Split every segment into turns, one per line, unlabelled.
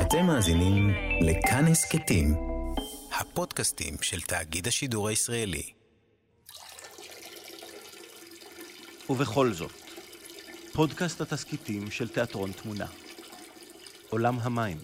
אתם מאזינים לכאן הסכתים, הפודקאסטים של תאגיד השידור הישראלי.
ובכל זאת, פודקאסט התסכיתים של תיאטרון תמונה. עולם המים,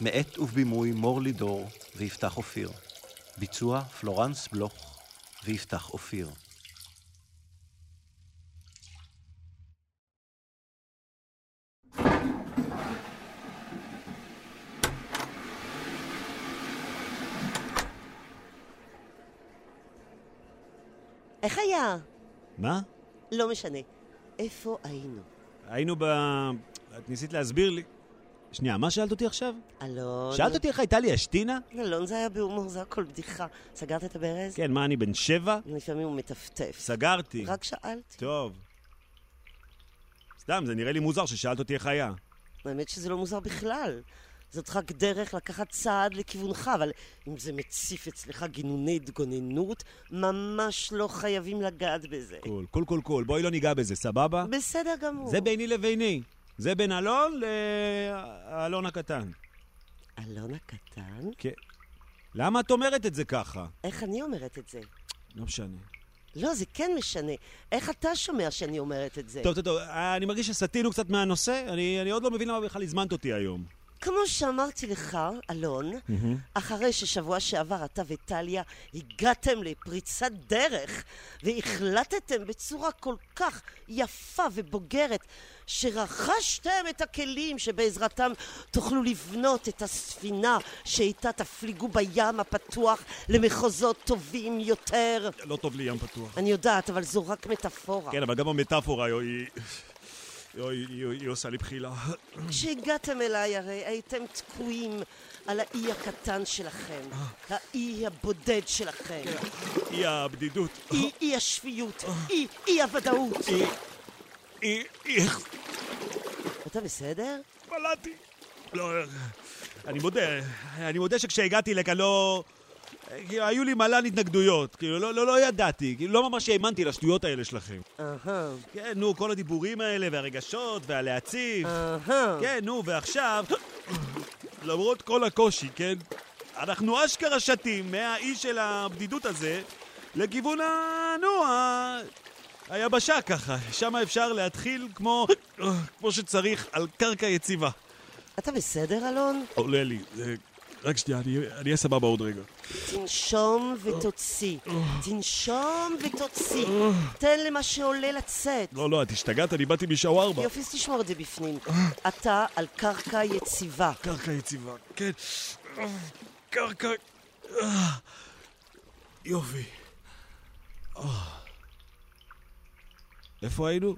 מאת ובימוי מור לידור ויפתח אופיר. ביצוע פלורנס בלוך ויפתח אופיר.
איך היה?
מה?
לא משנה. איפה היינו?
היינו ב... את ניסית להסביר לי. שנייה, מה שאלת אותי עכשיו?
אלון...
שאלת אותי איך הייתה לי אשתינה?
אלון זה היה בהומור, זה הכל בדיחה. סגרת את הברז?
כן, מה, אני בן שבע?
לפעמים הוא מטפטף.
סגרתי.
רק שאלתי.
טוב. סתם, זה נראה לי מוזר ששאלת אותי איך היה.
האמת שזה לא מוזר בכלל. זאת רק דרך לקחת צעד לכיוונך, אבל אם זה מציף אצלך גינוני התגוננות, ממש לא חייבים לגעת בזה.
קול, קול, קול, קול, בואי לא ניגע בזה, סבבה?
בסדר גמור.
זה ביני לביני. זה בין אלון לאלון הקטן.
אלון הקטן?
כן. למה את אומרת את זה ככה?
איך אני אומרת את זה?
לא משנה.
לא, זה כן משנה. איך אתה שומע שאני אומרת את זה?
טוב, טוב, טוב, אני מרגיש שסטינו קצת מהנושא, אני, אני עוד לא מבין למה בכלל הזמנת אותי היום.
כמו שאמרתי לך, אלון, אחרי ששבוע שעבר אתה וטליה הגעתם לפריצת דרך והחלטתם בצורה כל כך יפה ובוגרת שרכשתם את הכלים שבעזרתם תוכלו לבנות את הספינה שאיתה תפליגו בים הפתוח למחוזות טובים יותר.
לא טוב לי ים פתוח.
אני יודעת, אבל זו רק מטאפורה.
כן, אבל גם המטאפורה, יו, היא... יו, היא, היא, היא עושה לי בחילה.
כשהגעתם אליי הרי הייתם תקועים על האי הקטן שלכם, האי הבודד שלכם,
היא הבדידות.
אי אי השפיות, אי אי הוודאות.
היא... היא... היא...
אתה בסדר?
בלעתי. לא, אני מודה, אני מודה שכשהגעתי לכאן לא... כאילו, היו לי מלן התנגדויות, כאילו, לא, לא, לא ידעתי, כאילו, לא ממש האמנתי לשטויות האלה שלכם.
אהה,
כן, נו, כל הדיבורים האלה, והרגשות, והלהציב.
אהה.
כן, נו, ועכשיו, למרות כל הקושי, כן, אנחנו אשכרה שתים מהאי של הבדידות הזה לכיוון ה... נו, ה... היבשה ככה, שם אפשר להתחיל כמו, כמו שצריך, על קרקע יציבה.
אתה בסדר, אלון?
עולה לי, זה... רק שנייה, אני אני אהיה סבבה עוד רגע.
תנשום ותוציא. תנשום ותוציא. תן למה שעולה לצאת.
לא, לא, את השתגעת, אני באתי משווארמה.
יופי, אז תשמור את זה בפנים. אתה על קרקע יציבה.
קרקע יציבה, כן. קרקע... אה, יופי. אה. איפה היינו?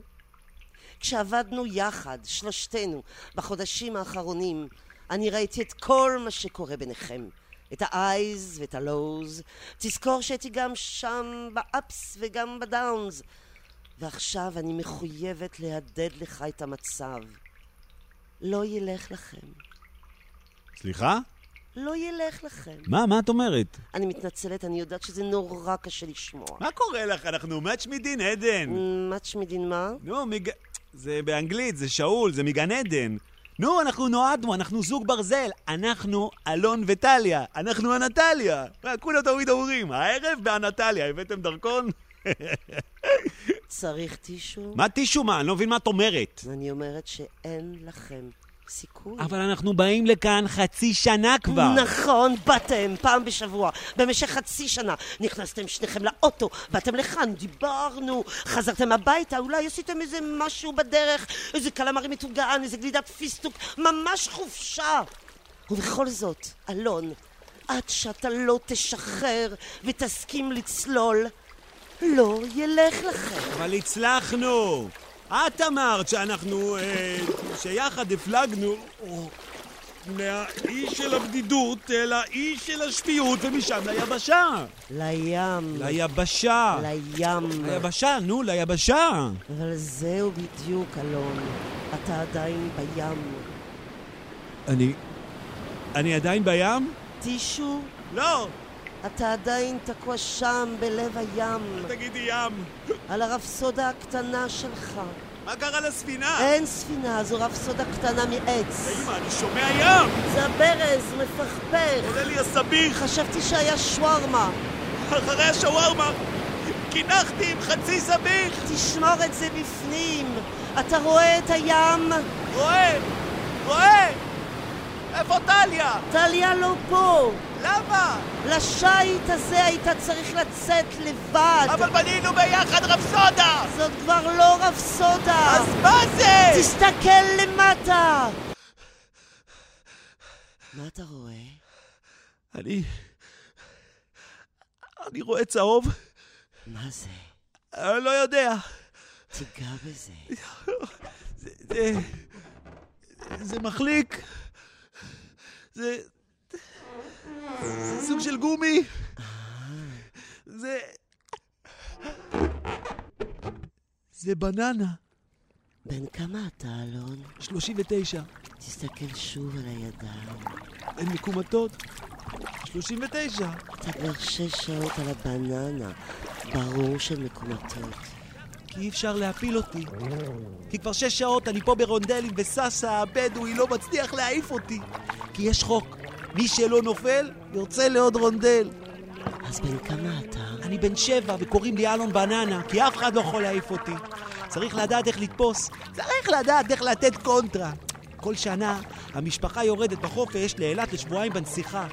כשעבדנו יחד, שלושתנו, בחודשים האחרונים, אני ראיתי את כל מה שקורה ביניכם. את ה-I's ואת ה-Lows. תזכור שהייתי גם שם ב-Ups וגם ב-Downs. ועכשיו אני מחויבת להדד לך את המצב. לא ילך לכם.
סליחה?
לא ילך לכם.
מה, מה את אומרת?
אני מתנצלת, אני יודעת שזה נורא קשה לשמוע.
מה קורה לך? אנחנו מאץ' מדין עדן.
מה תשמי דין מה?
נו, מג... זה באנגלית, זה שאול, זה מגן עדן. נו, אנחנו נועדנו, אנחנו זוג ברזל. אנחנו אלון וטליה. אנחנו אנטליה. אה, כולם תמיד אומרים, הערב באנטליה, הבאתם דרכון?
צריך טישו?
מה טישו מה? אני לא מבין מה את אומרת.
אני אומרת שאין לכם סיכוי.
אבל אנחנו באים לכאן חצי שנה כבר.
נכון, באתם פעם בשבוע, במשך חצי שנה. נכנסתם שניכם לאוטו, באתם לכאן, דיברנו, חזרתם הביתה, אולי עשיתם איזה משהו בדרך, איזה קלמרי מטוגן, איזה גלידת פיסטוק, ממש חופשה. ובכל זאת, אלון, עד שאתה לא תשחרר ותסכים לצלול, לא ילך לכם.
אבל הצלחנו! את אמרת שאנחנו, אה, שיחד הפלגנו או, מהאי של הבדידות אל האי של השפיות ומשם ליבשה.
לים,
ליבשה.
לים.
ליבשה, נו, ליבשה.
אבל זהו בדיוק, אלון. אתה עדיין בים.
אני... אני עדיין בים?
טישו,
לא,
אתה עדיין תקוע שם, בלב הים,
תגידי ים.
על הרפסודה הקטנה שלך.
מה קרה לספינה?
אין ספינה, זו רפסודה קטנה מעץ.
אמא, אני שומע ים!
זה הברז, מפכפך.
עולה לי הסביך!
חשבתי שהיה שווארמה.
אחרי השווארמה! קינחתי עם חצי סביך!
תשמור את זה בפנים. אתה רואה את הים?
רואה! רואה! איפה טליה?
טליה לא פה.
למה?
לשיט הזה היית צריך לצאת לבד.
אבל בנינו ביחד רפסודה!
זאת כבר לא רפסודה.
אז מה זה?
תסתכל למטה! מה אתה רואה?
אני... אני רואה צהוב,
מה זה?
אני לא יודע.
תיגע בזה.
זה... זה מחליק. זה... זה סוג של גומי.
אה.
זה... זה בננה.
בן כמה אתה, אלון?
39.
תסתכל שוב על הידיים.
הן מקומטות. 39.
אתה כבר שש שעות על הבננה. ברור שהן מקומטות.
כי אי אפשר להפיל אותי. כי כבר שש שעות אני פה ברונדלים וססה הבדואי לא מצליח להעיף אותי. כי יש חוק, מי שלא נופל, יוצא לעוד רונדל.
אז בן כמה אתה?
אני בן שבע וקוראים לי אלון בננה, כי אף אחד לא יכול להעיף אותי. צריך לדעת איך לתפוס, צריך לדעת איך לתת קונטרה. כל שנה המשפחה יורדת בחופש לאילת לשבועיים בנסיכה,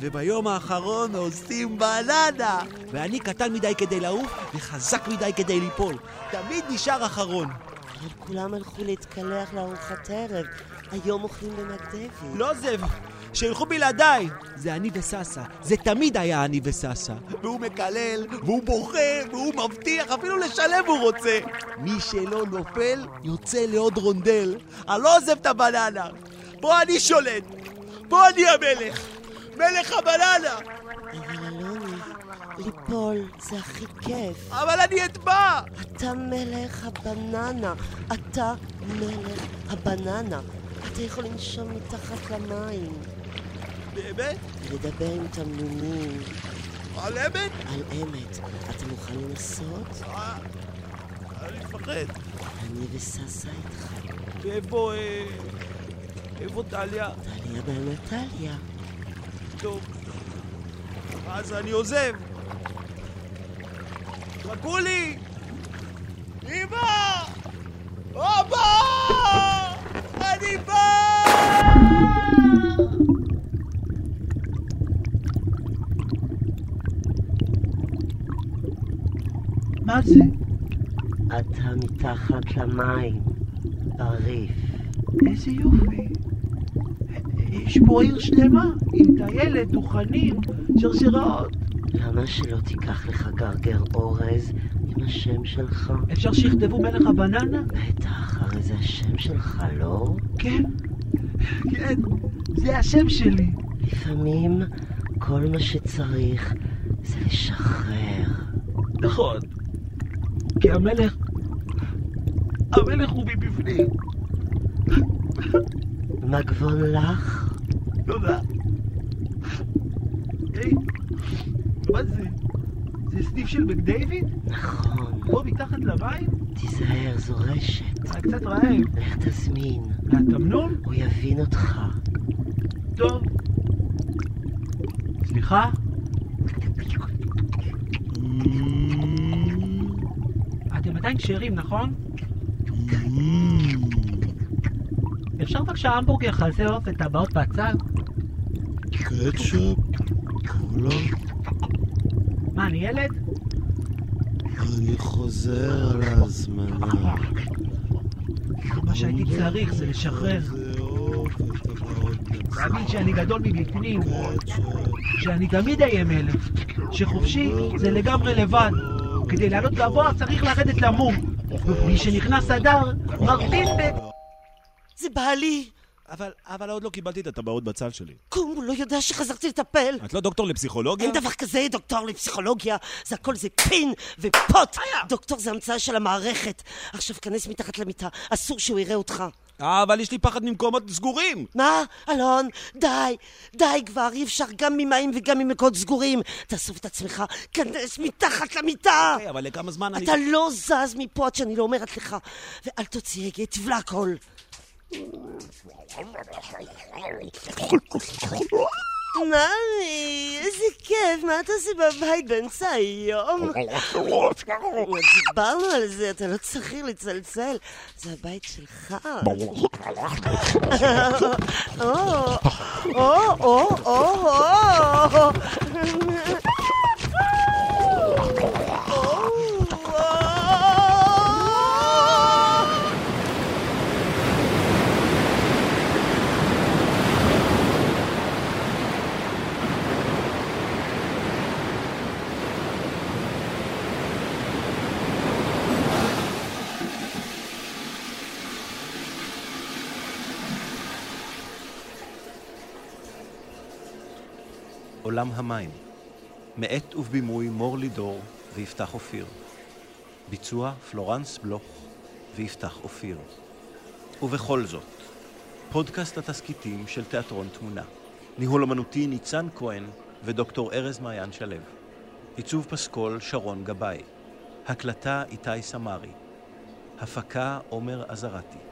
וביום האחרון עושים בננה. ואני קטן מדי כדי לעוף וחזק מדי כדי ליפול. תמיד נשאר אחרון.
אבל כולם הלכו להתקלח לארוחת ערב. היום אוכלים במקדבי.
לא זה, שילכו בלעדיי. זה אני וססה, זה תמיד היה אני וססה. והוא מקלל, והוא בוכה, והוא מבטיח, אפילו לשלם הוא רוצה. מי שלא נופל, יוצא לעוד רונדל. אני לא עוזב את הבננה. פה אני שולט, פה אני המלך. מלך הבננה!
אבל אלוני, ליפול זה הכי כיף.
אבל אני אטבע!
אתה מלך הבננה. אתה מלך הבננה. אתה יכול לנשום מתחת למים,
באמת?
לדבר עם תמנונים
על אמת?
על אמת. אתה מוכן לנסות?
אה, אני מפחד.
אני וססה איתך.
ואיפה... אה, איפה טליה?
טליה באנטליה.
טוב. אז אני עוזב. חכו לי! אמא! אבא! אני בא!
מה זה?
אתה מתחת למים, בריף.
איזה יופי. יש פה עיר שלמה, עם טיילת, דוכנים, שרשראות.
למה שלא תיקח לך גרגר אורז עם השם שלך?
אפשר שיכתבו מלך הבננה?
בטח, הרי זה השם שלך, לא?
כן, כן, זה השם שלי.
לפעמים כל מה שצריך זה לשחרר.
נכון, כי המלך, המלך הוא מבפנים.
מגבון לך?
תודה. לא היי, מה זה? זה סניף של בן דיוויד?
נכון.
פה מתחת למים?
תיזהר, זו רשת.
אני קצת רעב.
לך תזמין,
מהתמנון?
הוא יבין אותך.
טוב. סליחה? אתם עדיין כשרים, נכון?
Mm.
אפשר בבקשה המבורגר, חזה עוף וטבעות בצד?
קטשופ, קולה,
מה, אני ילד?
אני חוזר על ההזמנה. לא
מה שהייתי צריך זה לשחרר.
זה עוף, וטבעות בצד.
להבין שאני גדול מבפנים,
כן,
שאני תמיד אהיה מלך, שחופשי
לא
זה לגמרי לבד. כדי לעלות גבוה צריך לרדת למום. מי שנכנס אדר, מרדים ב...
זה בעלי!
אבל, אבל עוד לא קיבלתי את הטבעות בצל שלי.
קום, הוא לא יודע שחזרתי לטפל!
את לא דוקטור לפסיכולוגיה?
אין דבר כזה דוקטור לפסיכולוגיה, זה הכל זה פין ופוט! דוקטור זה המצאה של המערכת. עכשיו כנס מתחת למיטה, אסור שהוא יראה אותך.
אה, אבל יש לי פחד ממקומות סגורים!
מה? אלון, די, די כבר, אי אפשר גם ממים וגם ממקומות סגורים. תאסוף את עצמך, כנס מתחת למיטה!
אוקיי, אבל לכמה זמן אני...
אתה לא זז מפה עד שאני לא אומרת לך, ואל תוציא הגה, תבלע הכל. מאמי, איזה כיף, מה אתה עושה בבית באמצע היום? כבר דיברנו על זה, אתה לא צריך לצלצל, זה הבית שלך. או, או, או, או, או. או.
עולם המים, מאת ובימוי מור לידור ויפתח אופיר. ביצוע פלורנס בלוך ויפתח אופיר. ובכל זאת, פודקאסט התסכיתים של תיאטרון תמונה. ניהול אמנותי ניצן כהן ודוקטור ארז מעיין שלו. עיצוב פסקול שרון גבאי. הקלטה איתי סמרי. הפקה עומר עזרתי.